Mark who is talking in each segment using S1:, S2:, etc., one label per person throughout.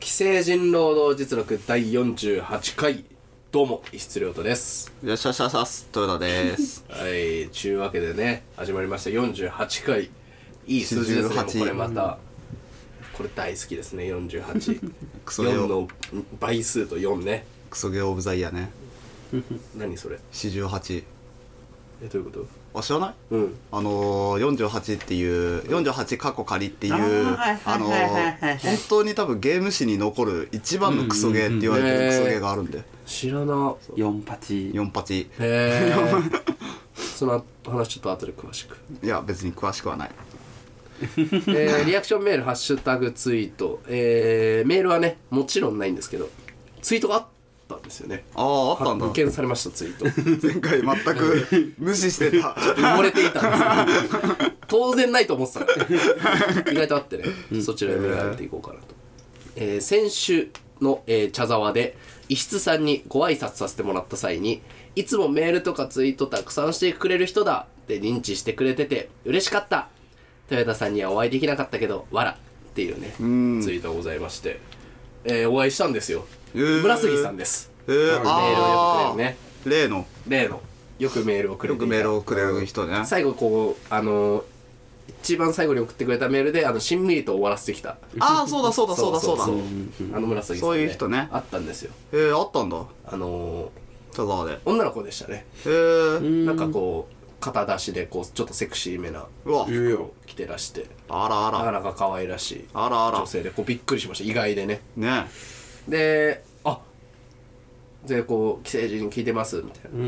S1: 成人労働実録第48回どうも石津亮太です
S2: よっしゃよっしゃよっしゃっす豊田です
S1: はいちゅうわけでね始まりました48回いい数字ですねもう
S2: 48
S1: これまた、これ大好きですね484
S2: クソゲオ
S1: の倍数と4ね
S2: クソゲオオブザイヤーね
S1: 何それ
S2: 48
S1: えどういうこ
S2: あ知らない
S1: とうん
S2: あのー、48っていう48過去仮っていう
S3: あー
S2: あの
S3: はいはいはいはいは
S2: ー、
S3: い
S2: 本当に多分ゲーム史に残る一番のクソゲーって言われて
S1: うんうんうん
S2: るクソゲーがあるんで
S1: 知らな
S3: 4八
S2: 48
S1: へ えその話ちょっと後で詳しく
S2: いや別に詳しくはない
S1: えーリアクションメール、ハッシュタグツイート、えーメールはね、もちろんないんですけど、ツイートがあったんですよね。
S2: あああったんだ
S1: 発見されました、ツイート。
S2: 前回全く無視してた
S1: 埋もれていたんですよ当然ないと思ってたから。意外とあってね、そちらで目が上げていこうかなと。えー先週の、えー茶沢で、石津さんにご挨拶させてもらった際に、いつもメールとかツイートたくさんしてくれる人だって認知してくれてて、嬉しかった。豊田さんにはお会いできなかったけど、わらっていうね、
S2: ん
S1: ツイートがございまして、えーお会いしたんですよ。
S2: えー
S1: 村杉さんです。
S2: えー、
S1: メールをよ
S2: あ
S1: く
S2: あ、
S1: くれるね。
S2: 例の
S1: 例の、よくメールをくれ
S2: よ
S1: ていた
S2: くメールをくれる人ね
S1: 最後こうあのー一番最後に送ってくれたメールであのしんみりと終わらせてきた
S2: ああそうだそうだそうだそうだ
S1: あの紫さん、
S2: そういう人ね
S1: あったんですよ
S2: えー、あったんだ
S1: あのー
S2: 田沢で
S1: 女の子でしたね、
S2: えー、
S1: なんかこう肩出しでこうちょっとセクシーめな
S2: うわ
S3: 言うよ
S1: 着てらして
S2: あらあ
S1: なからなか可愛らしい
S2: あらあら
S1: 女性でこうびっくりしました意外でね
S2: ね
S1: であでこう既成人聞いてますみたいな、
S3: うんうん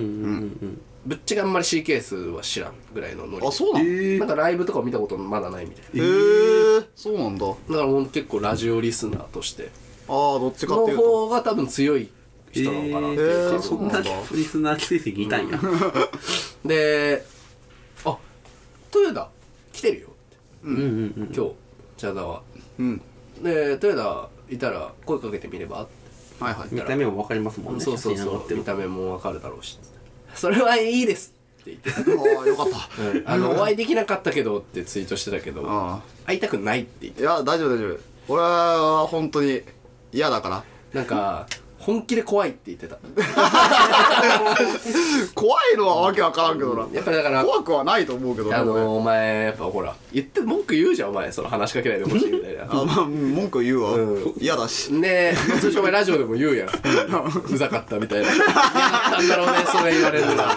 S3: うん
S1: ぶっちゃけあんまり CK 数は知らんぐらいのノリで
S2: あそうなのえ
S3: え
S1: なんかライブとか見たことまだないみたいな
S2: えー、そうなんだあ
S1: だからもう結構ラジオリスナーとして
S2: あどっちかっていう
S1: の
S2: と
S1: 方が多分強い人なのかなっていう
S2: え
S1: 感
S2: ー
S1: じ、
S3: そんなにプリスナー成績いたんや
S1: であ豊田来てるよって
S3: うんうん
S1: 今日茶田は
S2: うん
S1: で豊田いたら声かけてみればって
S2: はいはい
S3: 見た目もわかりますもんね
S1: そうそう
S3: 写真上が
S1: そ
S3: っ
S1: う
S3: て
S1: 見
S3: る
S1: た目もわかるだろうしそれはいいですって言ってた
S2: ああよかった
S1: あ のお会いできなかったけどってツイートしてたけど
S2: あ
S1: 会いたくないって言っ
S2: あ
S1: て
S2: いや大丈夫大丈夫俺は本当に嫌だから
S1: なんか本気で怖いって言ってた
S2: 怖いのはわけわからんけどな
S1: やっぱりだから
S2: 怖くはないと思うけどね
S1: あ
S2: 俺
S1: のお前やっぱほら言って文句言うじゃんお前その話しかけないでほしいみたいな
S2: あまあうん文句言うわ
S1: うん
S2: 嫌だし
S1: ねえ、通常お前ラジオでも言うやん。うざかったみたいな。嫌だったんだろうね、それ言われるのは。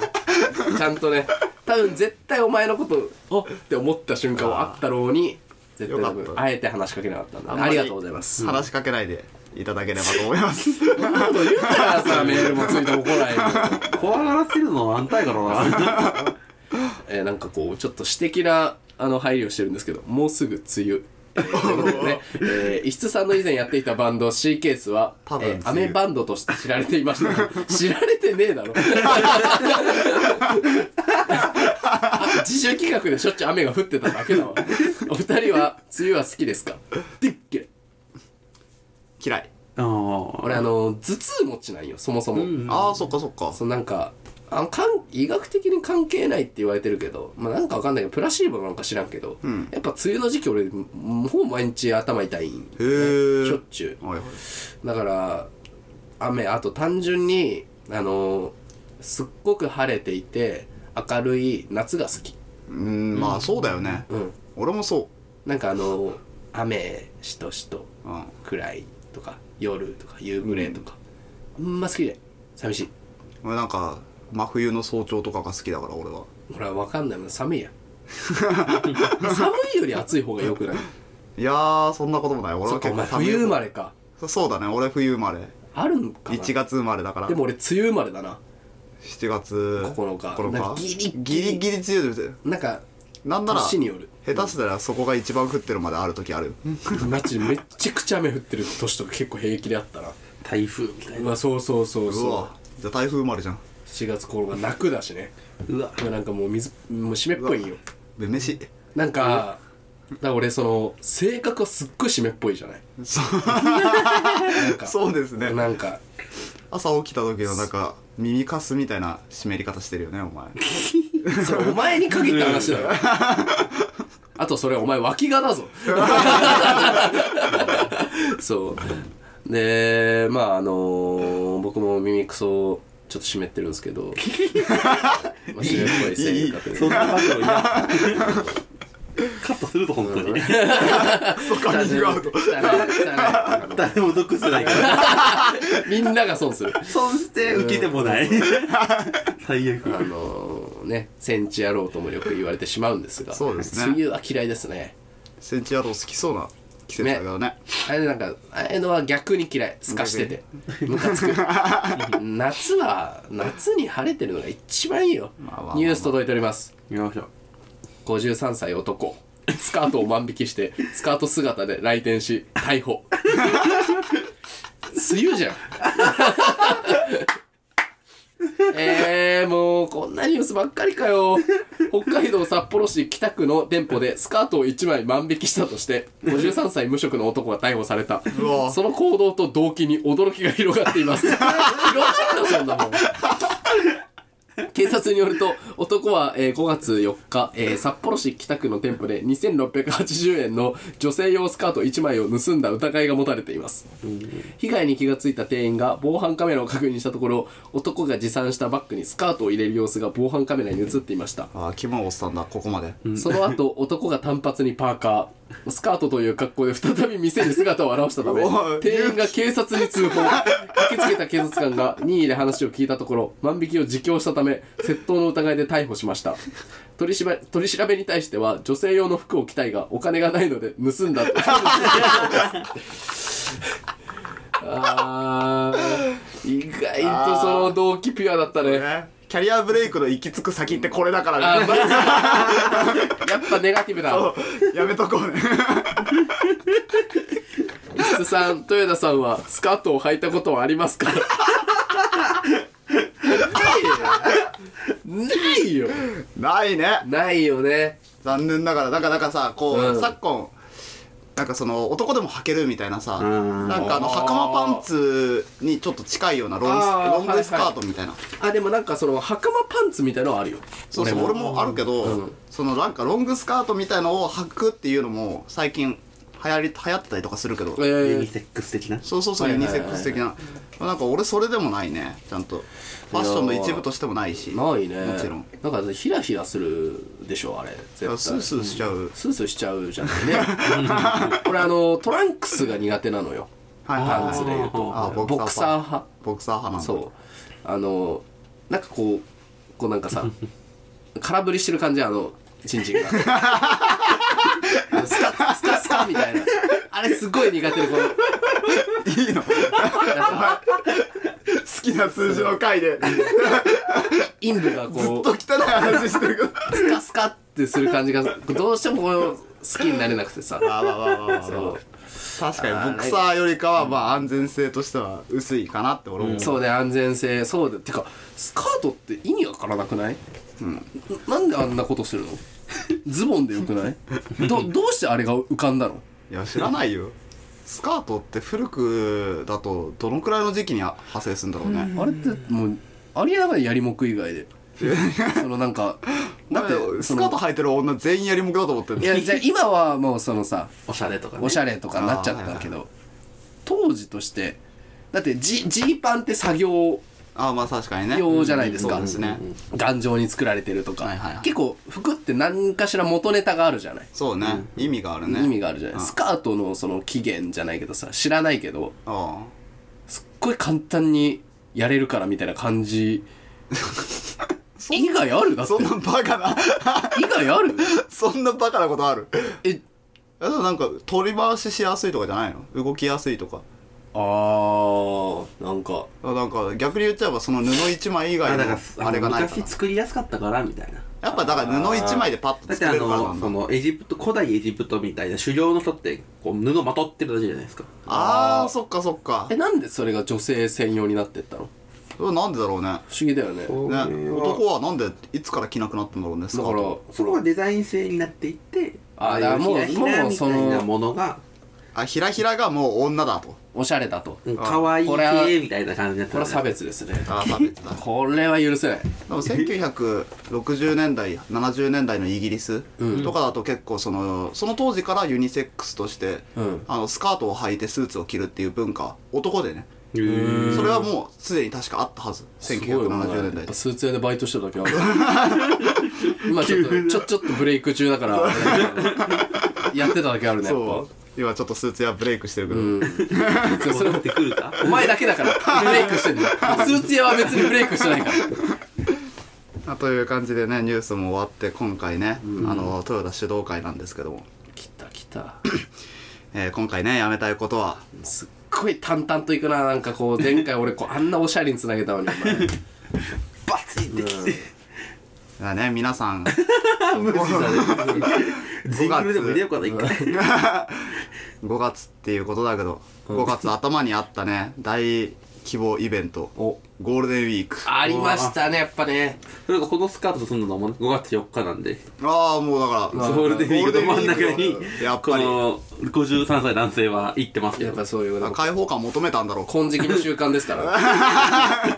S1: ちゃんとね、多分絶対お前のこと、おっって思った瞬間はあったろうに、絶対多
S2: よかっ
S1: 分、
S2: た
S1: あえて話しかけなかったんだね、
S2: んま
S1: ありがとうございます。
S2: 話しかけないでいただければと思います
S1: そんなこと言ったらさ、メールもついても来ないの。
S3: 怖がらせるのはあんたやからな
S1: えーなんかこう、ちょっと私的な、あの、配慮をしてるんですけど、もうすぐ梅 雨。えーということでね、えー、石津さんの以前やっていたバンド C ケースは、え
S2: 多分梅
S1: ー、
S2: 雨
S1: アメバンドとして知られていました が知られてねえだろ自主企画でしょっちゅう雨が降ってただけだわお二人は梅雨は好きですかでっけえ
S2: 嫌い
S3: ああ
S1: 俺あの頭痛持ちなんよそもそも、
S2: ああそっかそっか
S1: そのなんかあのかん医学的に関係ないって言われてるけど、まあ、なんかわかんないけどプラシーボなんか知らんけど、
S2: ん
S1: やっぱ梅雨の時期俺もう毎日頭痛いん
S2: へえ
S1: しょっちゅ
S2: はいはいう
S1: だから雨あと単純にあのすっごく晴れていて明るい夏が好き
S2: うんまあそうだよね
S1: うん
S2: 俺もそ
S1: なんかあの雨しとしと
S2: ううん
S1: 暗いとか夜とか夕暮れとか、あんま好きじゃない寂しい
S2: 俺なんか真冬の早朝とかが好きだから俺は
S1: ほらわかんないもん寒いやん 寒いより暑い方がよくない
S2: いやーそんなこともない 俺
S1: そ
S2: は
S1: っか
S2: 結
S1: お
S2: 構
S1: 前
S2: 寒い
S1: 冬生まれか
S2: そそうだね俺冬生まれ
S1: あるんかな
S2: 1月生まれだから
S1: でも俺梅雨生まれだな
S2: 7月
S1: 9日なんかギリギリ
S2: ギリギリ強いです
S1: なんか
S2: なんなら
S1: 年
S2: 下
S1: による
S2: 手したらそこが一番降ってるまである時あるよ
S1: マジでめっちゃくちゃ雨降ってる年とか結構平気であったな
S3: 台風みたいうな
S1: わそうそうそう
S2: う
S1: そ
S2: わじゃあ台風生まれじゃん
S1: う7月頃が泣くだしね
S3: うわ
S1: これなんかもう水もう湿っぽいんよ
S2: めめし
S1: なんかだから俺その性格はすっごい湿っぽいじゃない
S2: そ
S1: なんか
S2: そうですね
S1: なんか
S2: 朝起きた時のなんか耳かすみたいな湿り方してるよねお前
S1: それお前に限った話だ よ あとそれお前脇がだぞそうでまああのー僕も耳くそをちょっと湿ってるんですけ どまあ湿っぽい性格で
S3: そんなバトルいやカットすると本当に
S2: そうカミングアウト
S1: 汚い汚い
S3: 誰も得してないから
S1: みんなが損する
S3: 損して受けてもない最悪
S1: あのーねセンチ野郎ともよく言われてしまうんですが
S2: そうですね
S1: 梅雨は嫌いですね
S2: センチアロー好きそうな季節だからね
S1: あれなんかああいうのは逆に嫌いすかしててムカつく 夏は夏に晴れてるのが一番いいよ
S2: まあまあまあ
S1: ニュース届いております
S3: 見ましょう
S1: 53歳男スカートを万引きしてスカート姿で来店し逮捕 梅雨じゃん えー、もうこんなニュースばっかりかよ北海道札幌市北区の店舗でスカートを1枚万引きしたとして53歳無職の男が逮捕された
S2: うわ
S1: その行動と動機に驚きが広がっています広がるのそんなもん警察によると男は、えー5月4日、えー札幌市北区の店舗で2680円の女性用スカート1枚を盗んだ疑いが持たれています被害に気がついた店員が防犯カメラを確認したところ男が持参したバッグにスカートを入れる様子が防犯カメラに映っていました
S2: あー肝を押したんだここまで
S1: その後男が単発にパーカースカートという格好で再び店に姿を現したため
S2: おい
S1: 店員が警察に 通報駆けつけた警察官が任意で話を聞いたところ万引きを自供したため窃盗の疑いで逮捕しました取りしば取り調べに対しては女性用の服を着たいがお金がないので盗んだと あー意外とその動機ピュアだったね
S2: ねキャリアブレイクの行き着く先ってこれだから
S1: あー
S2: ね
S1: マジかやっぱネガティブだ
S2: そう やめとこうね
S1: 筒さん豊田さんはスカートを履いたことはありますかないよ
S2: ないね
S1: ないよね
S2: 残念ながらなんかなんかさこう、
S1: うん
S2: 昨今なんかその男でも履けるみたいなさ
S3: ん
S2: なんかあの
S1: あー
S2: 袴パンツにちょっと近いようなロンス
S1: あー
S2: ロングスカートみたいな、
S1: あでもなんかその袴パンツみたいのはあるよ
S2: そうそう俺もあるけど、
S1: うん
S2: そのなんかロングスカートみたいのを履くっていうのも最近流行り流行ってたりとかするけど、
S1: え
S3: ユニ
S1: ー、
S3: セックス的な
S2: そうそうそう
S1: は
S2: ユ
S1: いは
S2: ニ
S1: いはい
S2: セックス的な、なんか俺それでもないねちゃんとファッションの一部としてもないし
S1: ないね
S2: もちろん
S1: なんかヒラヒラするでしょあれ絶対
S2: あスースーしちゃう、
S1: スースーしちゃうじゃないねう ん俺あのトランクスが苦手なのよ
S2: はいはい
S1: パンツで
S2: はい
S1: 言うと
S2: あ
S1: ボ
S2: ー
S1: クサー派
S2: ボクサー派なんだ
S1: そうあのなんかこうこうなんかさ空振りしてる感じあのチンチンが スカスカスカみたいなあれすごい苦手でこの
S2: いいの好きな数字の回で
S1: 陰部がこ
S2: と汚い話してる けど
S1: うスカスカってする感じがどうしてもこう好きになれなくてさ
S2: まあまあまあまあ
S1: そ
S2: 確かにボクサーよりかはまあ安全性としては薄いかなって俺も
S1: うそうね安全性そうでてかスカートって意味わからなくない、ななんであんなことするのズボンでよくないどどうしてあれが浮かんだの
S2: いや知らないよスカートって古くだとどのくらいの時期に派生するんだろうね
S1: あれってもうありえながらやりもく以外 でそのなんかだ
S2: だ
S1: っ
S2: ってて
S1: そ
S2: スカ
S1: の
S2: ート履いてる女全員やりもくだと思ってる
S1: いやじゃあ今はもうそのさ
S3: おしゃれとかね
S1: おしゃれとかなっちゃったけど、当時としてだってジジーパンって作業
S2: ああまあ確かにね
S1: 用じゃないですか
S2: そうですね
S1: 頑丈に作られてるとか、
S2: はいはいはい
S1: 結構服って何かしら元ネタがあるじゃない、
S2: そうね意味があるね
S1: 意味があるじゃない、
S2: うん
S1: スカートのその起源じゃないけどさ知らないけど
S2: あ
S1: すっごい簡単にやれるからみたいな感じ以外あるだ
S2: あ
S1: って
S2: そんなバカな
S1: 以外 ある
S2: そんなバカなことある
S1: え
S2: あとなんか取り回ししやすいとかじゃないの動きやすいとか
S1: あーなんか
S2: あなんか逆に言っちゃえばその布一枚以
S3: あ
S2: 外
S3: だか
S2: の
S3: ら
S2: あれがないか
S3: 昔
S2: な
S3: 作りやすかったからみたいな
S2: やっぱだから布一枚でパッと
S3: だって
S2: 作
S3: あ
S2: れるからな
S3: の
S2: ん
S3: そ
S2: だ
S3: のエジプト古代エジプトみたいな狩猟の人ってこう布まとってるだけじゃないですか
S2: あーそっかそっか
S1: えなんでそれが女性専用になってったの
S2: それなんでだろうね
S1: 不思議だよねだか
S3: そう
S2: ね男はなんでいつから着なくなったんだろうねスカート
S1: ら
S3: それがデザイン性になっていって
S1: あだからもう
S3: ひらひら
S1: もう
S3: み
S1: そ
S3: た
S1: の
S3: いなものが
S2: あひらひらがもう女だと
S1: おしゃれだと
S3: うんかわいい
S1: これは
S3: 系みたいな感じになって
S1: これは差
S3: ね
S1: 別ですね
S2: あー差別だ
S1: これは許せない
S2: でも1960年代70年代のイギリスとかだと結構そのその当時からユニセックスとして、
S1: うん
S2: あのスカートを履いてスーツを着るっていう文化男でね
S3: うーん
S2: それはもうすでに確かあったはず1970年代です
S1: スーツ屋でバイトしてただけある今ちょっとちょちょっとブレイク中だからやってただけあるねやっぱ
S2: そう今ちょっとスーツやブレイクしてるけど、
S1: そうそれ
S3: 戻ってくる か
S1: お前だけだからブレイクしてんのスーツ屋は別にブレイクしてないから
S2: まあという感じでねニュースも終わって今回ね、あの豊田主導会なんですけども、
S1: 来た来た
S2: えー今回ねやめたいことは
S1: すっごい淡々といくななんかこう前回俺こうあんなおしゃれにつなげたのにお前
S3: バツイってきて
S2: だね皆さん
S3: 無視だねジングルでも入れようかな一回
S2: 5月っていうことだけど5月頭にあったね大規模イベント
S1: お
S2: ゴールデンウィークあ
S1: ありましたねやっぱね
S3: それがこのスカートとすんのも5月4日なんで
S2: あーもうだから
S1: あ
S3: ゴールデンウィークの真ん中
S2: ゴールデンウィーク
S3: に
S2: だやっ
S3: こ
S2: ぱり
S3: の53歳男性は行ってます
S1: やっ
S3: よ
S1: ぱそういうなんか
S2: 開放感求めたんだろう
S1: 金色の習慣ですから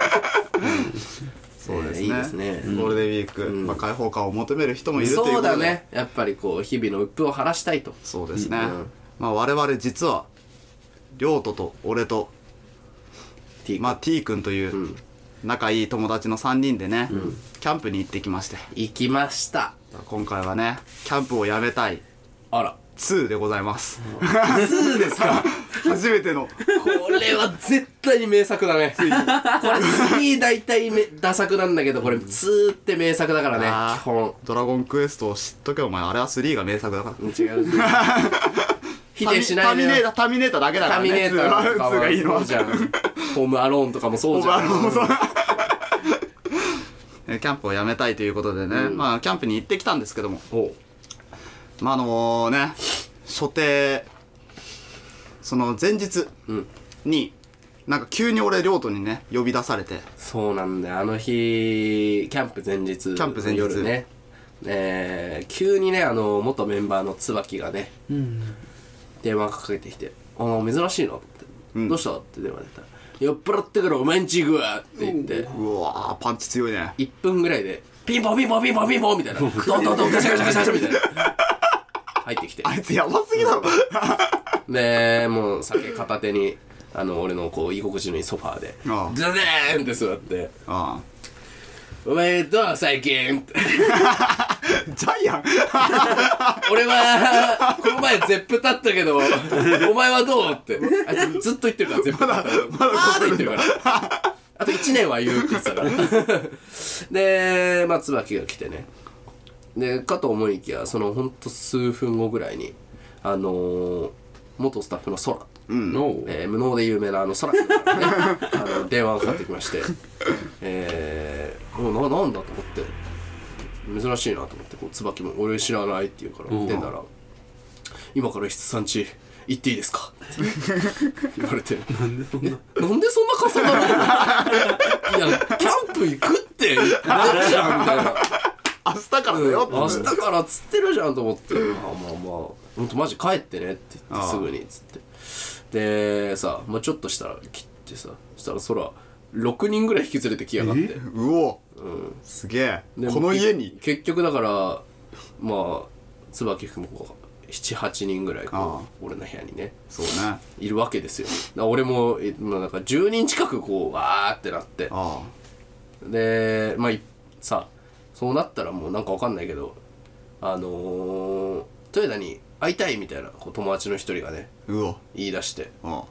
S2: そうですね,、
S1: いいですね
S2: ゴールデンウィーク、まあ、開放感を求める人もいるというこ
S1: そ
S2: と
S1: う
S2: で
S1: だねやっぱりこう日々の鬱憤を晴らしたいと
S2: そうですね、
S1: うん
S2: まあ我々実は亮斗と俺と
S1: T 君
S2: まあ T 君という仲いい友達の3人でね、キャンプに行ってきまして
S1: 行きました
S2: 今回はねキャンプをやめたい
S1: あら
S2: 2でございます
S1: 2ですか
S2: 初めて の
S1: これは絶対に名作だ ねこれ3大体めダ作なんだけどこれ2って名作だからね
S2: あー
S1: 基本
S2: 「ドラゴンクエスト」を知っとけお前あれは3が名作だから
S1: 違 う否定しな
S2: タ
S1: い
S2: ミ
S1: で
S2: ネー
S1: よ
S2: タータミネーターだけだか
S1: タ
S2: ら
S1: ミネ
S2: ね
S1: ーター
S2: 2
S1: とか
S2: が2がいいの
S1: もそうじゃん ホームアローンとかもそうじゃん
S2: ホームアローンもそう えーキャンプをやめたいということでね、まあキャンプに行ってきたんですけども
S1: おう
S2: まああのね所定その前日
S1: うん
S2: に、なんか急に俺亮斗にね呼び出されて
S1: そうなんだよあの日キャンプ前日キ
S2: ャンプ前日
S1: 夜ねえー、急にねあの元メンバーの椿がね、電話かけてきて「ああ珍しいな」って、どうした?」って電話出たら「酔っ払ってからお前んち行くわ」って言って、
S2: うわーパンチ強いね
S1: 1分ぐらいで「ピンポンピンポンピンポンピンポン」みたいな「どんどんどんガシャガシャガシャガシャ」みたいな入ってきて
S2: あいつやばすぎだろ
S1: でもう酒片手にあの俺のこう居心地のいいソファーで
S2: ああ
S1: ズデーンって座って
S2: あ
S1: 「おめでとう最近」って
S2: あジャイアン
S1: 俺はこの前ゼップ立ったけどお前はどうってあいつずっと言ってるからゼップ立ったまだまだ言ってるからあと1年は言うって言ってたからでまあ椿が来てねでかと思いきやそのほんと数分後ぐらいにあのー元スタッフの空
S3: の
S1: えー無能で有名なあの空君からねあの電話がかかってきま して「えー、おななんだ?」と思って珍しいなと思ってこう椿も「俺知らない」って言うから
S3: ん
S1: 出たら「今から質さんち行っていいですか?」って言われて「
S3: なんでそんな
S1: なんでそんな傘だろ?」 いやキャンプ行くって言ってるじゃん」みたいな。
S2: 明日からだよって、
S1: 明日から釣ってるじゃんと思って「まあまあまあほんとマジ帰ってね」って言
S2: あ
S1: って
S2: あ
S1: すぐにっつってでさ、まあ、ちょっとしたら切ってさそしたら空6人ぐらい引き連れてきやがって
S2: うお、すげえ
S1: で
S2: この家に
S1: 結局だからまあ椿君もこう78人ぐらいこう
S2: ああ
S1: 俺の部屋にね
S2: そうね
S1: いるわけですよだから俺もえまあなんか10人近くこうわーってなって
S2: あ
S1: でまあいさそうなったらもうなんかわかんないけどあのー、豊田に会いたいみたいなこう友達の一人がね
S2: あうお
S1: 言い出して
S2: あ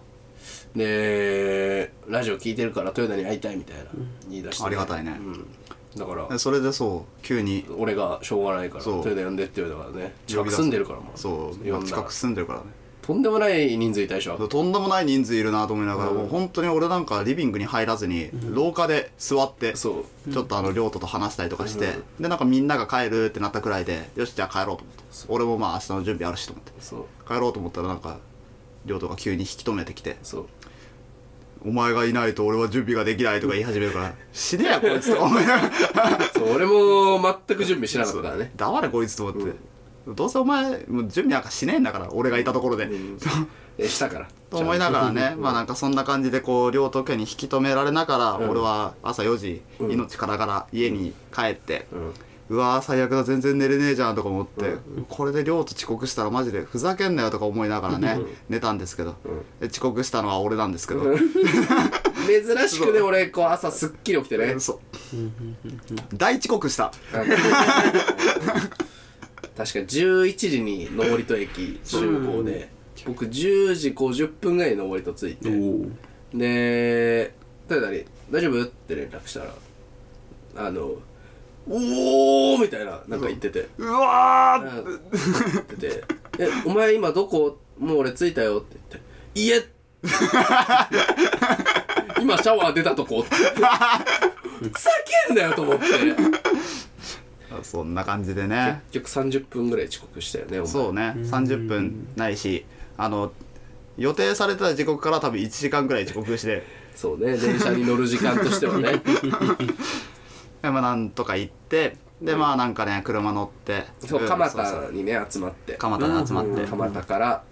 S1: でラジオ聞いてるから豊田に会いたいみたいな言い出して、
S2: ありがたいね
S1: うん、だか
S2: あ
S1: ら
S2: それでそう急に
S1: 俺がしょうがないから
S2: そう
S1: 豊田呼んでって言うからね近
S2: 呼び
S1: く
S2: 出す
S1: 住んでるからも
S2: そう
S1: 呼
S2: 今
S1: んだ
S2: 近
S1: ら
S2: く住んでるからね
S1: とんでもない人数いたでしょ
S2: とんでもない人数いるなと思いながら、もう本当に俺なんかリビングに入らずに、廊下で座ってち
S1: そう
S2: ょっとあの亮斗と話したりとかして、でなんかみんなが帰るってなったくらいでよしじゃあ帰ろうと思って俺もまあ明日の準備あるしと思って
S1: そう
S2: 帰ろうと思ったらなんか亮斗が急に引き止めてきて
S1: そう
S2: 「お前がいないと俺は準備ができない」とか言い始めるから「 死ねやこいつ」と 思いながら
S1: そう俺も全く準備しなかったからね
S2: 「黙れこいつ」と思って、どうせお前もう準備なんかしねえんだから俺がいたところで、
S1: えーしたから
S2: と思いながらね、まあなんかそんな感じでこう両党家に引き止められながら、
S1: うん
S2: 俺は朝4時、
S1: うん
S2: 命からがら家に帰って、
S1: うんうん
S2: うわー最悪だ全然寝れねえじゃんとか思って、これで両と遅刻したらマジでふざけんなよとか思いながらね、寝たんですけど、で遅刻したのは俺なんですけど、
S1: 珍しくね俺こう朝すっきり起きてね
S2: そう大遅刻した
S1: なんか確か11時に登戸駅集合で僕10時50分ぐらいに登戸着いて
S3: お
S1: で「誰々大丈夫?」って連絡したらあの「おー!」みたいななんか言ってて
S2: うわー
S1: うん言ってて「えお前今どこもう俺着いたよ」って言って「家!」 今シャワー出たと こってふざけんなよと思って
S2: そんな感じでね
S1: 結局30分ぐらい遅刻したよねお前
S2: そうね30分ないしあの予定されてた時刻から多分1時間くらい遅刻して
S1: そうね電車に乗る時間としてはね
S2: でまあなんとか行ってでまあなんかね車乗って
S1: そう
S2: うん
S1: 蒲
S2: そうそ
S1: 田
S2: う
S1: にね集まって
S2: 蒲田に集まって
S1: うん蒲田から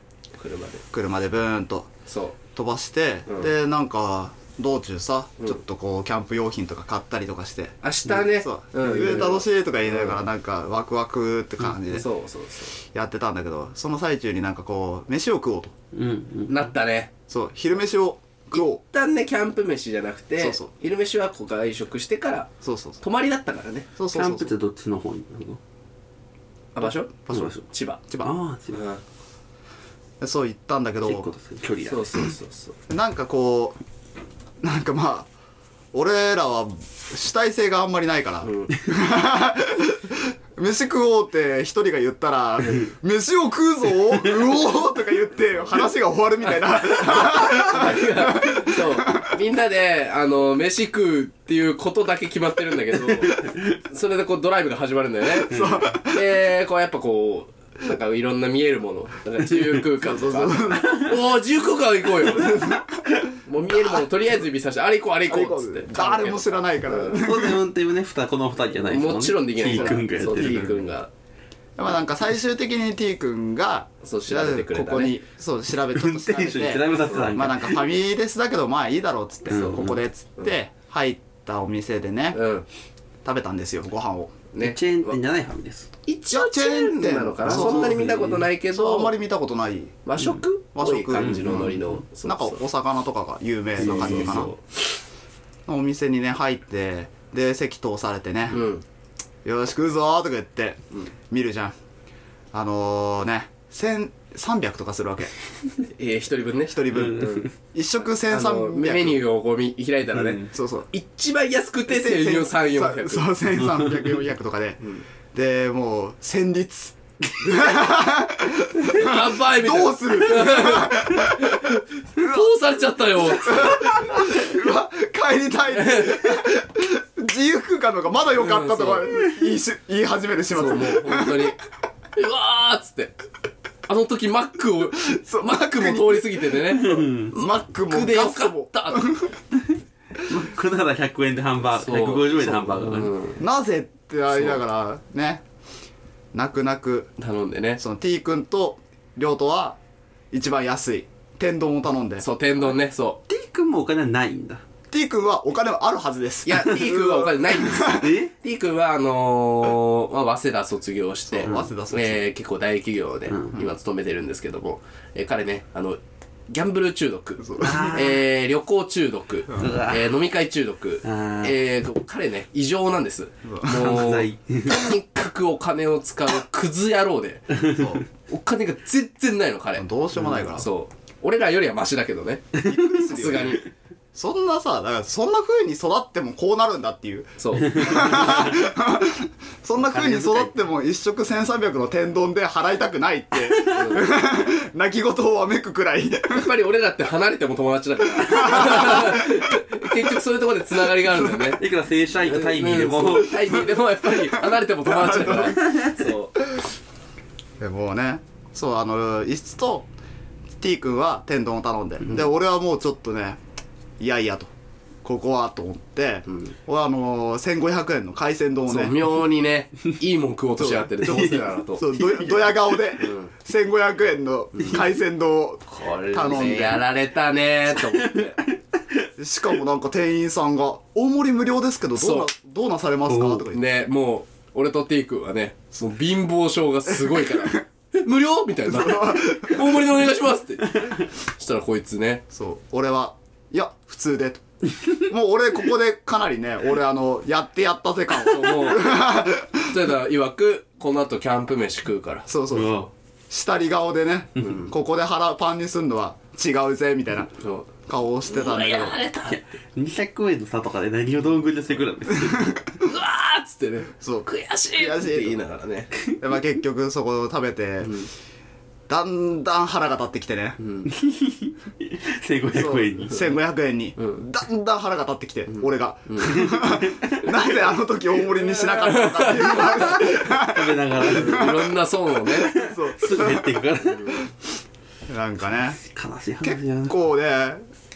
S1: 車で
S2: 車でブーンと
S1: そ
S2: 飛ばして、
S1: うん
S2: でなんか道中さ、ちょっとこうキャンプ用品とか買ったりとかして
S1: う明日ね
S2: そう、
S1: うん
S2: 上楽しいとか言いながら、
S1: うん
S2: なんかワクワクって感じで
S1: そうそうそ
S2: やってたんだけど、その最中になんかこう飯を食おうと
S3: うんうん
S1: うなったね
S2: そう昼飯を食おう
S1: 一旦ねキャンプ飯じゃなくて
S2: そうそう
S1: 昼飯はこう外食してから
S2: そうそうそう
S1: 泊まりだったからね
S2: そう
S3: キ
S2: そう
S3: ャ
S2: そ
S3: ン
S2: う
S3: プってどっちの方になるの
S1: あ場所
S2: 場所場所
S1: 千葉
S2: 千葉
S3: ああ違う
S1: うん
S2: でそう行ったんだけ
S3: 結構
S2: ど
S3: ですね距離や
S1: そうそうそうそう
S2: なんかこうなんかまあ俺らは主体性があんまりないから、
S1: ん
S2: 飯食おうって一人が言ったら「飯を食うぞうおー!」とか言って話が終わるみたいな
S1: そうみんなであの飯食うっていうことだけ決まってるんだけどそれでこうドライブが始まるんだよねでこうやっぱこうなんかいろんな見えるものなんか自由空間とかおお自由空間行こうよもう見えるものとりあえず指さしてあれ行こうあれ行こうっつって
S2: 誰も知らないから。
S3: ここで運転はねふたこの二人じゃないですもんね
S1: もちろんできない
S3: キー君がやって
S1: そう T
S3: る
S1: 君が
S2: まあなんか最終的に T 君が
S1: そう調べてくれたね
S2: ここにそう調べちょっと調
S3: 運
S2: べ
S3: 転手に調べさせたん
S2: て
S3: か
S2: まあなんかファミレスだけどまあいいだろうっつって
S3: うん
S2: ここでっつって入ったお店でね
S1: うん
S2: 食べたんですよご飯を
S1: ね
S3: チェーン店じゃないファミレス
S1: 一応チェーン店なのかな
S2: そうそう
S1: そんなに見たことないけ
S2: そうあんま
S1: ど
S2: り見たことない
S1: 和食
S2: 和
S1: 和
S2: 食
S1: 食感じのノリのそう
S2: なんか
S1: そう
S2: お魚とかが有名
S1: そ
S2: な
S1: う
S2: 感
S1: そ
S2: じ
S1: う
S2: か
S1: そ
S2: なお店にね入ってで席通されてね
S1: ううん
S2: 「よろしくうぞ」とか言って見るじゃんあのね1300とかするわけ
S1: えー一人分ね一
S2: 一人分、一食
S1: あの
S2: 1300
S1: メニューをこう見開いたらね、
S3: うん
S2: そうそう
S1: 一番安くて生乳3400
S2: そう1300400とかで、でもう戦慄
S1: やばいみたい
S2: ど
S1: な
S2: うする
S1: 通されちゃったよ
S2: うわ帰りたい 自由空間の方がまだ良かったとか言いし言い始める始末
S1: そうもう本当にうわーっつってあの時マックを
S2: そう
S1: マックも通り過ぎててね
S2: マック
S1: マッ
S2: も
S1: クでよ
S2: ガ
S1: か
S2: ス
S1: っ
S2: も
S1: た
S3: これなら100円でハンバー
S1: そう
S3: グ150円でハンバーガー
S1: うん
S2: なぜってありながらね泣く泣く
S1: 頼んでね
S2: その T 君と亮とは一番安い天丼を頼んで
S1: そう天丼ねそ
S3: T 君もお金はないんだ
S2: T 君はお金はあるはずです
S1: ういや T 君はお金ないんです
S3: え
S1: T 君はあのーまあ、早稲田卒業して、
S2: そう早稲田卒業
S1: えー結構大企業で今勤めてるんですけども、えー彼ねあのギャンブル中毒
S2: そう、
S1: えー旅行中毒、えー飲み会中毒、え
S3: あー
S1: ーと彼ね異常なんですもう
S3: 犯
S1: と
S3: 罪
S1: にかくお金を使うクズ野郎で
S2: そう
S1: お金が全然ないの彼
S2: どうしようもないから、
S1: そう俺らよりはマシだけどねさすがに
S2: そんなさだからそんな風に育ってもこうなるんだっていう
S1: そう
S2: そんな風に育っても一食1300の天丼で払いたく ないって泣き言をわめくくらい
S1: やっぱり俺らって離れても友達だから結局そういうところでつながりがあるんだよね
S3: いくら正社員とタイミーでも
S1: うんそうタイミーでもやっぱり離れても友達だからそう
S2: でもうねそうあの一室と T 君は天丼を頼んで、で俺はもうちょっとねいやいやとここはと思って、
S1: ん
S2: 俺はあのー、1500円の海鮮丼を
S1: そう
S2: ね
S1: 妙にねいいもん食おうとしやってるどうせだなと
S2: そうどドヤ顔で1500円の海鮮丼を
S1: これ
S2: 頼ん
S1: ね
S2: で
S1: やられたねーと思って
S2: しかもなんか店員さんが「大盛り無料ですけどどう
S1: そ
S2: な
S1: う
S2: どうなされますか?」とか言って
S1: ねもう俺とテイ君はねその貧乏症がすごいから「え無料?」みたいな「大盛りでお願いします」ってそしたらこいつね
S2: そう俺はいや普通でともう俺ここでかなり ね俺あのやってやったぜ感
S1: も
S2: を
S1: う例えば曰くこの後キャンプ飯食うから
S2: そうそう
S3: う
S2: そう
S3: わ
S2: 下り顔でねここで腹パンにすんのは違うぜみたいな
S1: そう
S2: 顔をしてたんだけど
S3: 200円の差とかで何をどんぐりしてくるんですか
S1: うわーっつってね
S2: そう
S1: 悔しい
S2: 悔しい
S1: って言いながらね
S2: でまあ結局そこを食べてだんだん腹が立ってきてねそう
S3: 1500円に
S2: 1500円にだんだん腹が立ってきて俺が なぜあの時大盛りにしなかったのかっていう
S3: 食べながら
S1: いろんな損 をね
S3: すぐ減っていくから
S2: なんかね
S3: 悲しい話や
S2: 結
S3: な
S2: 構ね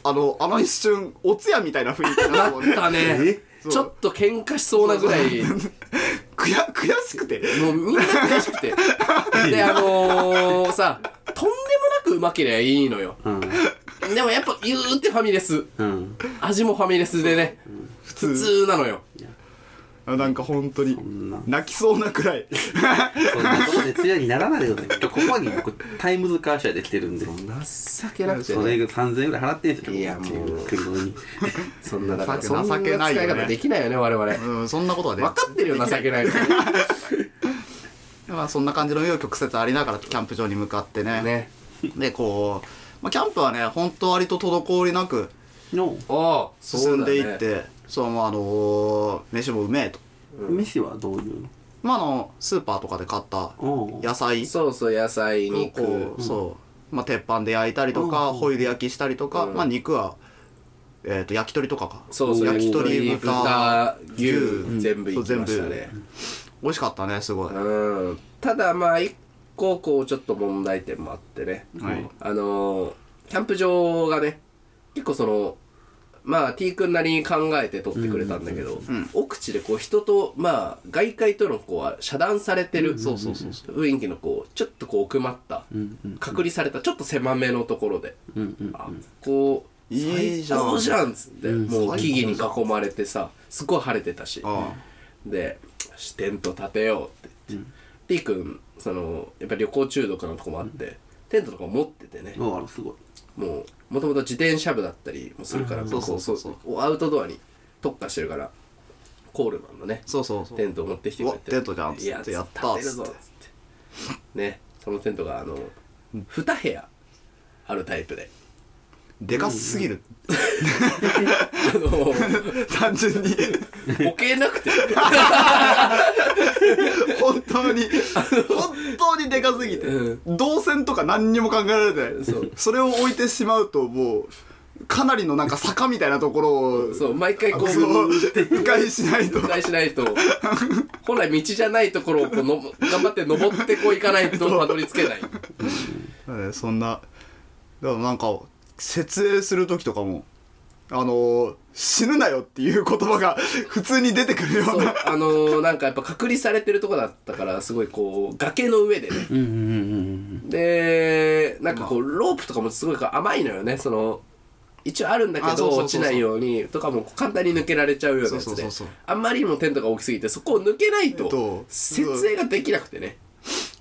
S2: あのあの一瞬お通夜みたいな雰囲気にな
S1: な
S2: ったもん
S1: っ
S2: ね
S1: たね
S2: そう
S1: ちょっと喧嘩しそうなぐらい
S2: 悔悔しくて
S1: もうみんな悔 しくてであのー、さとんでもなくうまけりゃいいのよ
S3: うん
S1: でもやっぱ言うてファミレス
S3: うん
S1: 味もファミレスでね
S2: 普
S1: 普
S2: 通
S1: 通なのよ
S2: なんか本当に
S3: んな
S2: 泣きそうなくらい
S3: そんなことで強いにならないでくださいここに僕タイムズカーシェアで来てるんで
S1: 情けなくて
S3: それ
S1: ね
S3: が3000円ぐらい払ってんすよ
S1: いやもう
S3: 車に
S1: そんなだから
S2: 情け
S1: そんな
S2: 情けないよ
S1: 使い
S2: ね
S1: 方できないよね我々分
S2: うんそんなことはね
S1: かってるよ情けないの
S2: まあそんな感じの紆余曲折ありながらキャンプ場に向かってね
S1: ね
S2: でこう、まあ、キャンプはね本当割と滞りなく
S3: の
S1: おう
S2: 進んでいっ
S1: そうだね
S2: てそう,、もうあのー飯もうめえと
S3: 飯はどういう
S2: まああのスーパーとかで買った
S3: の
S2: 野菜
S1: そうそう野菜
S2: を
S1: 肉
S2: こうそう、まあ、鉄板で焼いたりとか、
S3: うん
S2: ホイル焼きしたりとか、
S1: うん
S2: まあ、肉は、えー、と焼き鳥とかか
S1: そうそう
S2: 焼き鳥豚
S1: 牛
S2: 牛
S1: 全部いきましたね
S2: 美味しかったねすごい、
S1: うんただまあ一個こうちょっと問題点もあってね
S2: はい
S1: あのーキャンプ場がね結構そのまあ T 君なりに考えて撮ってくれたんだけど、
S2: ん
S1: 奥地でこう人とまあ外界とのこうは遮断されてる
S2: そうそうそうそ
S1: 雰囲気のこうちょっとこう奥まった
S3: うんうん
S1: 隔離されたちょっと狭めのところで、
S3: うんうん
S1: あこう
S2: いいじゃん
S1: 最高じゃんっつって、
S3: う
S1: も
S3: ん
S1: う
S2: 最高
S1: 木
S2: じゃん
S1: 々に囲まれてさすごい晴れてたし
S2: あ
S1: でよしテント立てようって言って、T 君そのやっぱ旅行中毒なとこもあって、テントとか持っててね、
S3: うんあらすごい
S1: もうもともと自転車部だったりもするから、こ
S2: んそうそうそう
S1: こアウトドアに特化してるからコールマンのね
S2: そうそうそう
S1: テントを持ってきてくれて
S2: うわテントじゃんっつって
S1: いや
S2: やっ
S1: 立
S2: たー
S1: てるぞ
S2: っ
S1: っ
S2: つ
S1: つ
S2: っ
S1: ってねそのテントがあの2部屋あるタイプで
S2: でかすぎる、
S1: あの置
S2: 単 純に
S1: けなくて
S2: 本当に本当にでかすぎて、
S1: う
S2: 動線とか何にも考えられて
S1: そう
S2: それを置いてしまうともうかなりのなんか坂みたいなところを
S1: そう毎回こう
S2: そう迂回しないと
S1: 迂回しないと本来道じゃないところをこうの頑張って登ってこう行かないとたどり着けない
S2: えーそんなでもなんか設営する時とかもあのー死ぬなよっていう言葉が 普通に出てくるよ
S1: そうう
S2: な
S1: あのーなんかやっぱ隔離されてるとこだったからすごいこう崖の上でね
S3: うんうんうん
S1: でなんかこうロープとかもすごいこう甘いのよねその一応あるんだけ
S2: あそう
S1: ど
S2: そうそうそう
S1: 落ちないようにとかもこう簡単に抜けられちゃうようなや
S2: そう
S1: つ
S2: そう
S1: で
S2: そうそう
S1: あんまりにもテントが大きすぎてそこを抜けない
S2: えっ
S1: と
S2: と
S1: 設営ができなくてね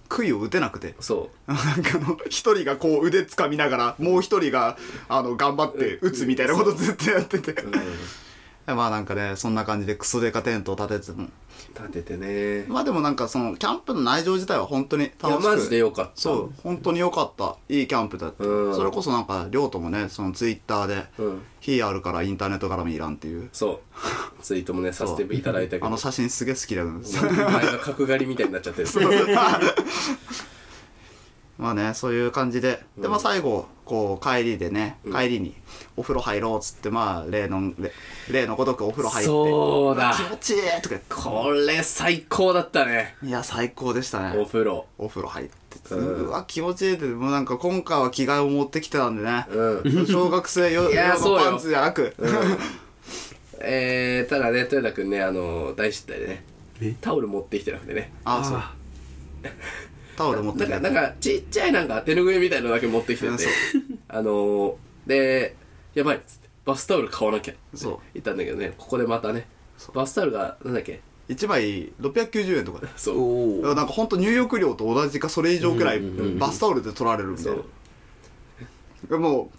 S2: 杭を打てなくて
S1: そ
S2: なんかあの一人がこう腕掴みながらもう一人があの頑張って打つみたいなことずっとやってて、
S1: う、
S2: まあなんかねそんな感じでクソデカテントを立てても
S1: 立ててね
S2: まあでもなんかそのキャンプの内情自体は本当に
S1: いや
S2: 楽しく
S1: マジでよかった
S2: そう本当に良かったいいキャンプだって、
S1: うん
S2: それこそなんか亮ともねそのツイッターで
S1: うん
S2: 「火あるからインターネット絡みいらん」っていう
S1: そうツイートもねさせていただいたけど
S2: あの写真すげえ好きだよね
S1: お 前が角刈りみたいになっちゃってる
S2: まあねそういう感じで、でまあ最後こう帰りでね帰りにお風呂入ろうっつってまあ例のれ例のごとくお風呂入って
S1: そうだ
S2: 気持ちいいとか言って
S1: これ最高だったね
S2: いや最高でした
S1: お
S2: ね
S1: 風呂
S2: お風呂入ってて、
S1: うん
S2: うわ気持ちいいってもうなんか今回は着替えを持ってきてたんでね、
S1: うん
S2: 小学生よ
S1: いや
S2: 用
S1: そう
S2: の
S1: よ
S2: パンツじゃなく、
S1: えー、ただね豊田君ねあの大失態でね
S3: え
S1: タオル持ってきてなくてね
S2: あそうタオル持っ
S1: な
S2: て
S1: んかなんかちっちゃいなんか手ぬぐいみたいなのだけ持ってきてて
S2: うんそう
S1: あのー、でやばいっつってバスタオル買わなきゃって
S2: そう
S1: 言ったんだけどねここでまたねバスタオルがなんだっけ
S2: 1枚690円とかでだ
S1: そう
S3: お
S2: からなんかほんと入浴料と同じかそれ以上くらいバスタオルで取られるみた
S1: そ
S2: いうなもう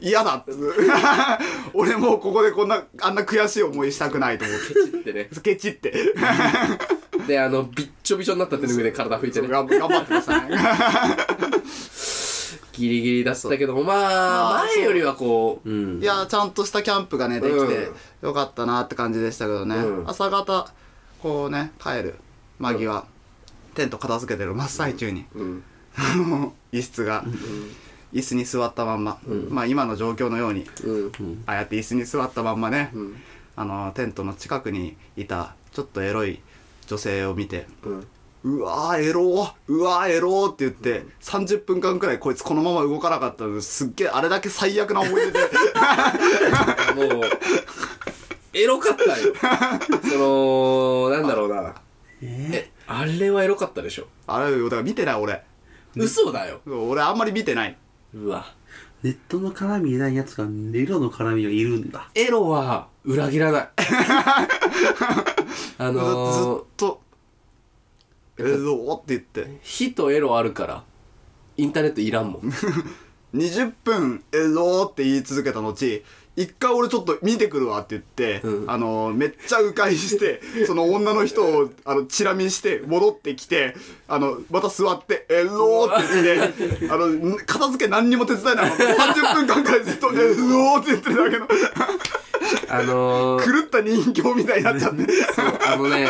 S2: 嫌だっつ 俺もうここでこんなあんな悔しい思いしたくないと思って
S1: ケチってね
S2: スケチって
S1: であのびっちょびちょになった手ぬぐいで体拭いて
S2: そう
S1: ね
S2: 頑頑張ってましたね
S1: ギリギリだったけどもまあ
S2: あー
S1: 前よりはこう
S3: ううん
S2: いやちゃんとしたキャンプがねでき
S1: うん
S2: てよかったなって感じでしたけどね、
S1: うん
S2: 朝方こうね帰る間際、テント片付けてる真っ最中に、
S1: うん
S2: あの椅子が、椅子に座ったまんま、まあ今の状況のように
S1: うん
S2: ああやって椅子に座ったまんまね、
S1: ん
S2: あのテントの近くにいたちょっとエロい女性を見て
S1: うん
S2: うわーエローうわーエローって言って30分間くらいこいつこのまま動かなかったのすっげえあれだけ最悪な思い出で
S1: もう、エロかったよ。その、なんだろうな。
S3: え
S1: え、あれはエロかったでしょ。
S2: あれよだから見てない俺
S1: 嘘だよ。
S2: 俺あんまり見てないう
S1: わ。
S3: ネットの絡みいないやつがネロの絡みがいるんだ
S1: エロは裏切らない。 あ
S2: ずずっ
S1: のー、
S2: と「エロー」って言って
S1: 火とエロあるから、インターネットいら んもん。
S2: 20分「エロー」って言い続けた後一回俺ちょっと見てくるわって言って、
S1: うん
S2: あのめっちゃ迂回して その女の人をあのチラ見して戻ってきてあのまた座って「エロー」って言 ってあの片付け何にも手伝えないまま30分間くらいずっと「エロー」って言ってるだけの
S1: あのー、
S2: 狂った人形みたいになっちゃって
S1: そうあのね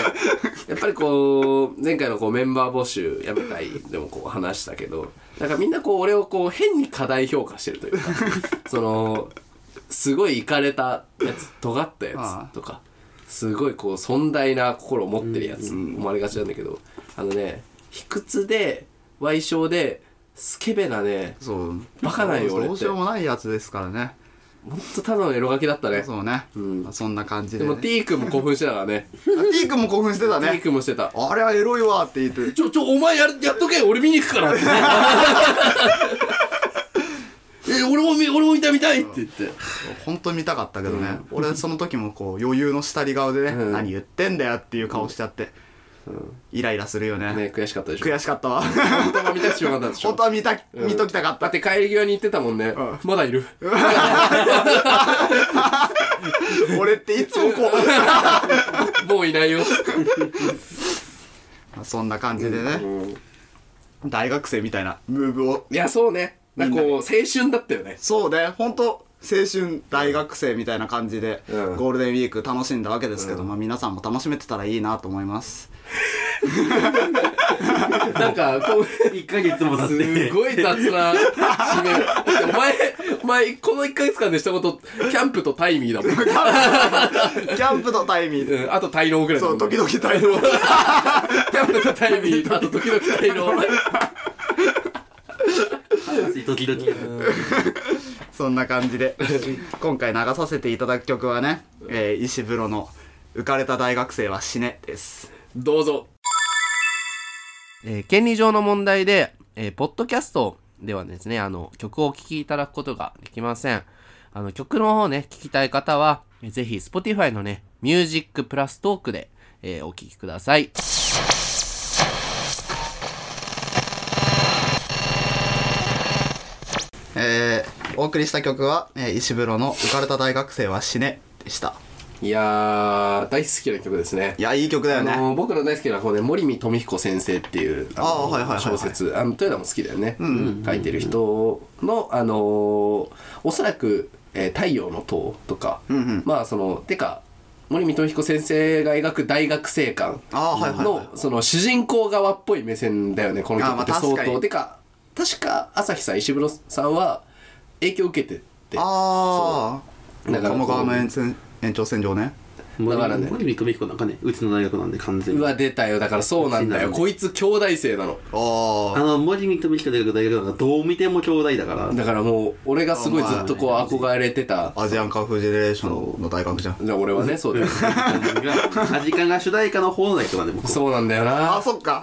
S1: やっぱりこう前回のこうメンバー募集やめたいでもこう話したけどなんかみんなこう俺をこう変に過大評価してるというかそのすごいイかれたやつ尖ったやつとかすごいこう尊大な心を持ってるやつ思われがちなんだけどあのね卑屈で矮小でスケベなね
S2: そう
S1: バカなんよ俺って
S2: どうしようもないやつですからね
S1: ほんとただのエロ書きだったね
S2: そうね、
S1: ん
S2: まあそんな感じ
S1: で
S2: で、
S1: も
S2: ね、
S1: T 君も興奮してたからね
S2: あ T 君も興奮してた
S1: T
S2: ね
S1: 君もしてた
S2: あれはエロいわって言って
S1: ちょ、ちょ、お前やるやっとけ俺見に行くからって、 ね、え、俺も見、俺も見た見たいって言って。
S2: 本当見たかったけどね、俺その時もこう余裕の下り顔でね、
S1: うん
S2: 何言ってんだよっていう顔しちゃって、イライラするよね
S1: ね、悔しかったでしょ。
S2: 悔しかった わ
S1: 本当は見たくしようかったでしょ
S2: 本。当は見た、
S1: うん
S2: 見ときたかっ
S1: だ
S2: た
S1: って帰り際に行ってたもんね。
S2: ん
S1: まだいる。
S2: 俺っていつもこ う
S1: もうい ないよ。
S2: まあそんな感じでね、
S1: うん
S2: 大学生みたいなムーブを
S1: いや、そうね。なんかこう、青春だった よね。
S2: そうね本当青春大学生みたいな感じで、
S1: うん
S2: ゴールデンウィーク楽しんだわけですけど、まあ、皆さんも楽しめてたらいいなと思います
S1: なんか、こう、
S3: 1ヶ月も経って
S1: すごい雑な締め。お前、お前、この1ヶ月間でしたこと、キャンプとタイミーだもん。
S2: キャンプとタイミング
S1: うん、あと滞納ぐらいだ
S2: そ
S1: も
S2: うん時々大量
S1: キャンプとタイミー、あと時々滞納。
S3: 時々
S2: そんな感じで今回流させていただく曲はね、えー石風呂の「浮かれた大学生は死ね」です
S1: どうぞ、えー権利上の問題で、えーポッドキャストではですねあの曲をお聴きいただくことができませんあの曲の方ね聴きたい方はえーぜひ Spotify のね「ミュージックプラストークで、えーお聴きください
S2: えーお送りした曲は、えー石風呂の「浮かれた大学生は死ね」でした
S1: いやー大好きな曲ですね
S2: いやいい曲だよ
S1: あ
S2: ね
S1: のー僕の大好きな方ね森見富彦先生っていうあのー
S2: あーはいはいはいはい
S1: 小説あの豊田も好きだよね、書いてる人の、あのーおそらく、えー太陽の塔」とか、
S2: んうん
S1: まあそのてか森見富彦先生が描く大学生観
S2: あーはいはいはい
S1: のその主人公側っぽい目線だよねこの
S2: あ
S1: 曲
S2: ーま
S1: っ
S2: あ
S1: て相
S2: 確か
S1: 当
S2: に
S1: てか確か朝日さん石黒さんは影響を受けてて
S2: ああ
S1: だからこう
S2: 鴨川の延線延長線上ね
S3: だ
S1: からね
S3: 森美久美子なんかねうちの大学なんで完全
S1: う
S3: に
S1: わ出たよだからそうなんだよこいつ兄弟生なの
S2: あ
S3: あの森美久美子大学大学なんかどう見ても兄弟だから
S1: だからもう俺がすごいずっとこう憧れてた
S2: あアジアンカンフージェネレーションの大学じゃん
S1: じゃあ俺はねそう だよ
S3: アジカンが主題歌の方の大学なんで僕
S1: そうなんだよ
S2: あ
S1: な
S2: そっか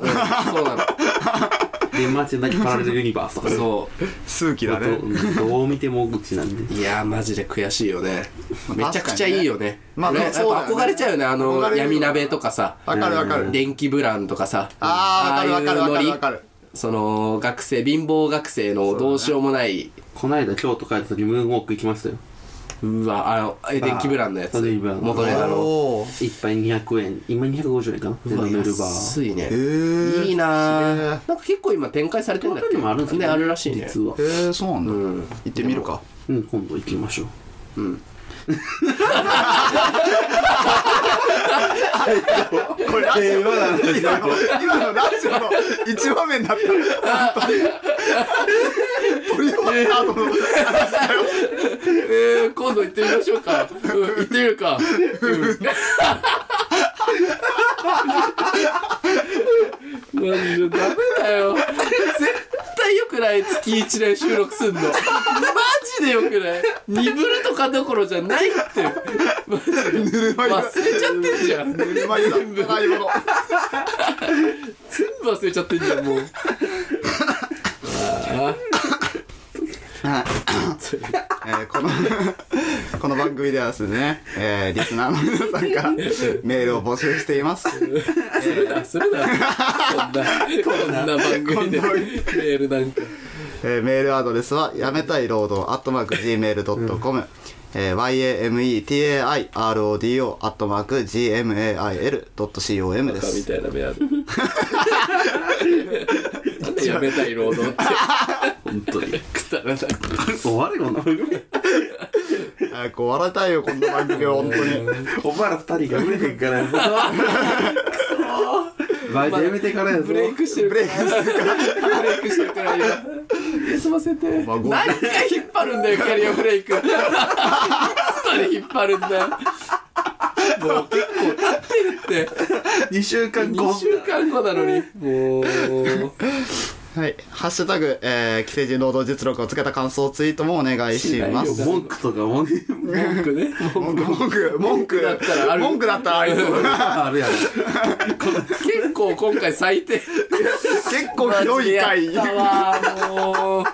S1: そうなの
S3: でマジで何パラレルユニバースとかう
S1: そ
S2: 数奇だね
S3: どどう見てもうちなんで
S1: ういやーマジで悔しいよね
S2: まあ
S1: めちゃくちゃいいよね
S2: まあ
S1: 俺やっぱ
S2: そうだよね
S1: 憧れちゃうよねあの
S2: 憧れるよ
S1: 闇鍋とかさ
S2: わかるわかる
S1: 電気ブランとかさ
S2: あーわかるわかるわかるわか
S1: る
S2: る
S1: その学生貧乏学生のどうしようもないう,、
S3: こないだ京都帰った時ムーンウォーク行きましたよ
S1: わあのえ電気ブランのやつ
S3: あ電気ブラン
S1: 元ネタの
S2: おー
S3: 一杯200円今250円かなで
S1: うわ
S3: 飲めるバー
S1: 安いね
S2: へー
S1: いいな
S2: すげ
S1: ー
S2: ー
S1: なんか結構今展開されてるんだっ
S3: 他
S1: け
S3: にもあるんですよ
S1: ねあるらしいね
S3: 実は
S2: えー、そうなんだ、
S1: うん
S2: 行ってみるか
S3: うん今度行きましょう
S2: これラジオ今の今のラジオの一場面だった取り終わった後の
S1: えー、今度行ってみましょう か、うん、行ってみるか、うん、 マジでダメだよ絶対良くない月1で収録すんのマジで良くない鈍るとかどころじゃないってマジで
S2: ぬるま湯だ
S1: 忘れちゃってんじゃん
S2: ぬるま湯だ洗い物
S1: 全部忘れちゃってんじゃんもうあ
S2: えーこのこの番組ではですね、えーリスナーの皆さんからメールを募集しています
S1: ーするなするなこんなこんな番組でメールなんか
S2: えーメールアドレスはやめたい労働アットマーク Gmail.com、えー yametairodo アットマーク gmail.com で
S1: バカみ
S2: す
S1: たいな目ある なんでやめたい労働って
S3: 本当に
S1: くだらない
S3: 終わるよな
S2: 早く終わらたいよこんな番組は本当に
S3: お前ら二人が売れてんからやぞバイトやめてからやぞ
S1: ブレイクしてる
S2: ブレイク
S1: してるブレイクしてるから今休ませて何
S2: まあ
S1: 回
S2: ごめん
S1: 引っ張るんだよキャリアブレイクいつまで引っ張るんだよもう結構経ってるって
S3: 2週間後
S1: 2週間後なのにもう
S2: はい「ハッシュタグ、えー、寄生児労働実力」をつけた感想ツイートもお願いしま
S1: し
S2: す
S3: 文句とかもね
S1: 文句ねもう
S2: 文句文句文句
S1: だったらある
S2: 文句だったらありそう
S3: あ るやろ
S1: 結構今回最 低
S2: 結構広い回
S1: やったわもう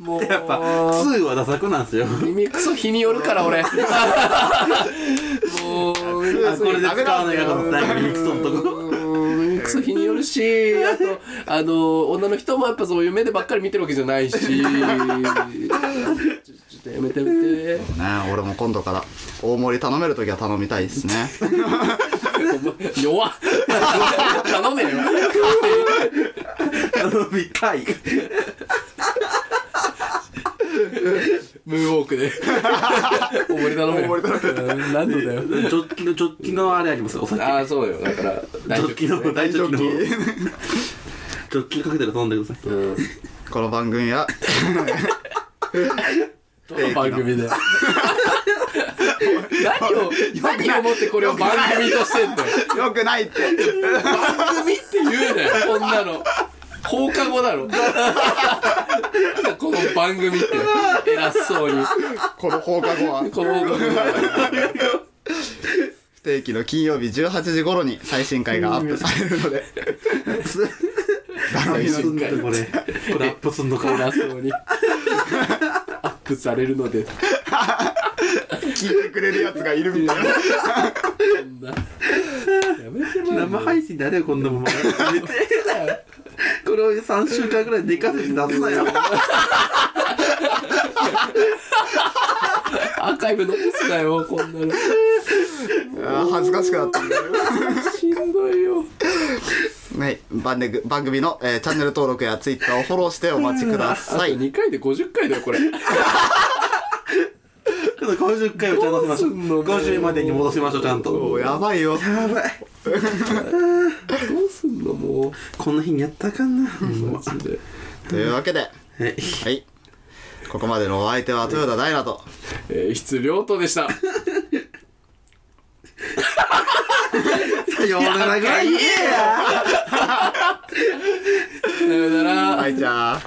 S1: もう
S3: やっぱ2はダサくなんですよ
S1: 耳クソ日によるから俺もう
S3: あこれで使わないかった
S2: ダメ
S3: よミクソンとこ
S1: 耳クソ日によるしあとあの女の人もやっぱそういう目でばっかり見てるわけじゃないしちょちょっとやめてやめて
S2: ね俺も今度から大盛り頼めるときは頼みたいですね
S1: 弱っ頼めよ
S3: 頼みたい
S1: ムーンウォーク でおもり頼めようん何度だよ
S3: ジョッキのジョッキのあれありますよお酒
S1: ああそうよだから大丈
S3: ジョッキ
S1: 夫
S3: の大
S2: 大
S3: ジョ
S2: 丈
S3: ッ
S2: 夫
S3: キのジョッキのカクテル飲んでください
S1: うん
S2: この番組は
S1: どの番組で何を何をもってこれを番組としてんのよ
S2: よくないって
S1: 番組って言うなよこんなの放課後だろなんだこの番組って偉そうに
S2: この放課後は
S1: この放課後
S2: 不定期の金曜日18時頃に最新回がアップされるの で
S1: 最
S3: すん
S1: 新
S3: の
S1: 回
S3: これこれアップすんのか
S1: 偉そうにアップされるので
S2: 聞いてくれるやつがいるみたいな
S1: そんなやめてもら
S3: 生配信であれよ こんなもんやめてこれを3週間ぐらい寝かせて出すなよ
S1: アーカイブ残すなよこんなの
S2: あー恥ずかしくなったんだよ
S1: しんどいよ
S2: はい番で番組の、えーチャンネル登録やツイッターをフォローしてお待ちくだ
S1: あと
S2: さ い
S1: 2回で50回だよこれ
S3: ちょっと50回をちゃんとしましょう
S1: どうすんの
S3: 50までに戻しましょうちゃん
S2: も
S3: と
S2: うやばいよ
S3: やばい
S1: どうすんのもう
S3: こんな日にやったらあかんな
S1: マ ジで
S2: というわけで
S3: はい
S2: はいここまでのお相手は豊田大奈と
S1: えー、質量とでした
S3: 世の中言えや
S1: さようなら
S2: はいじゃあ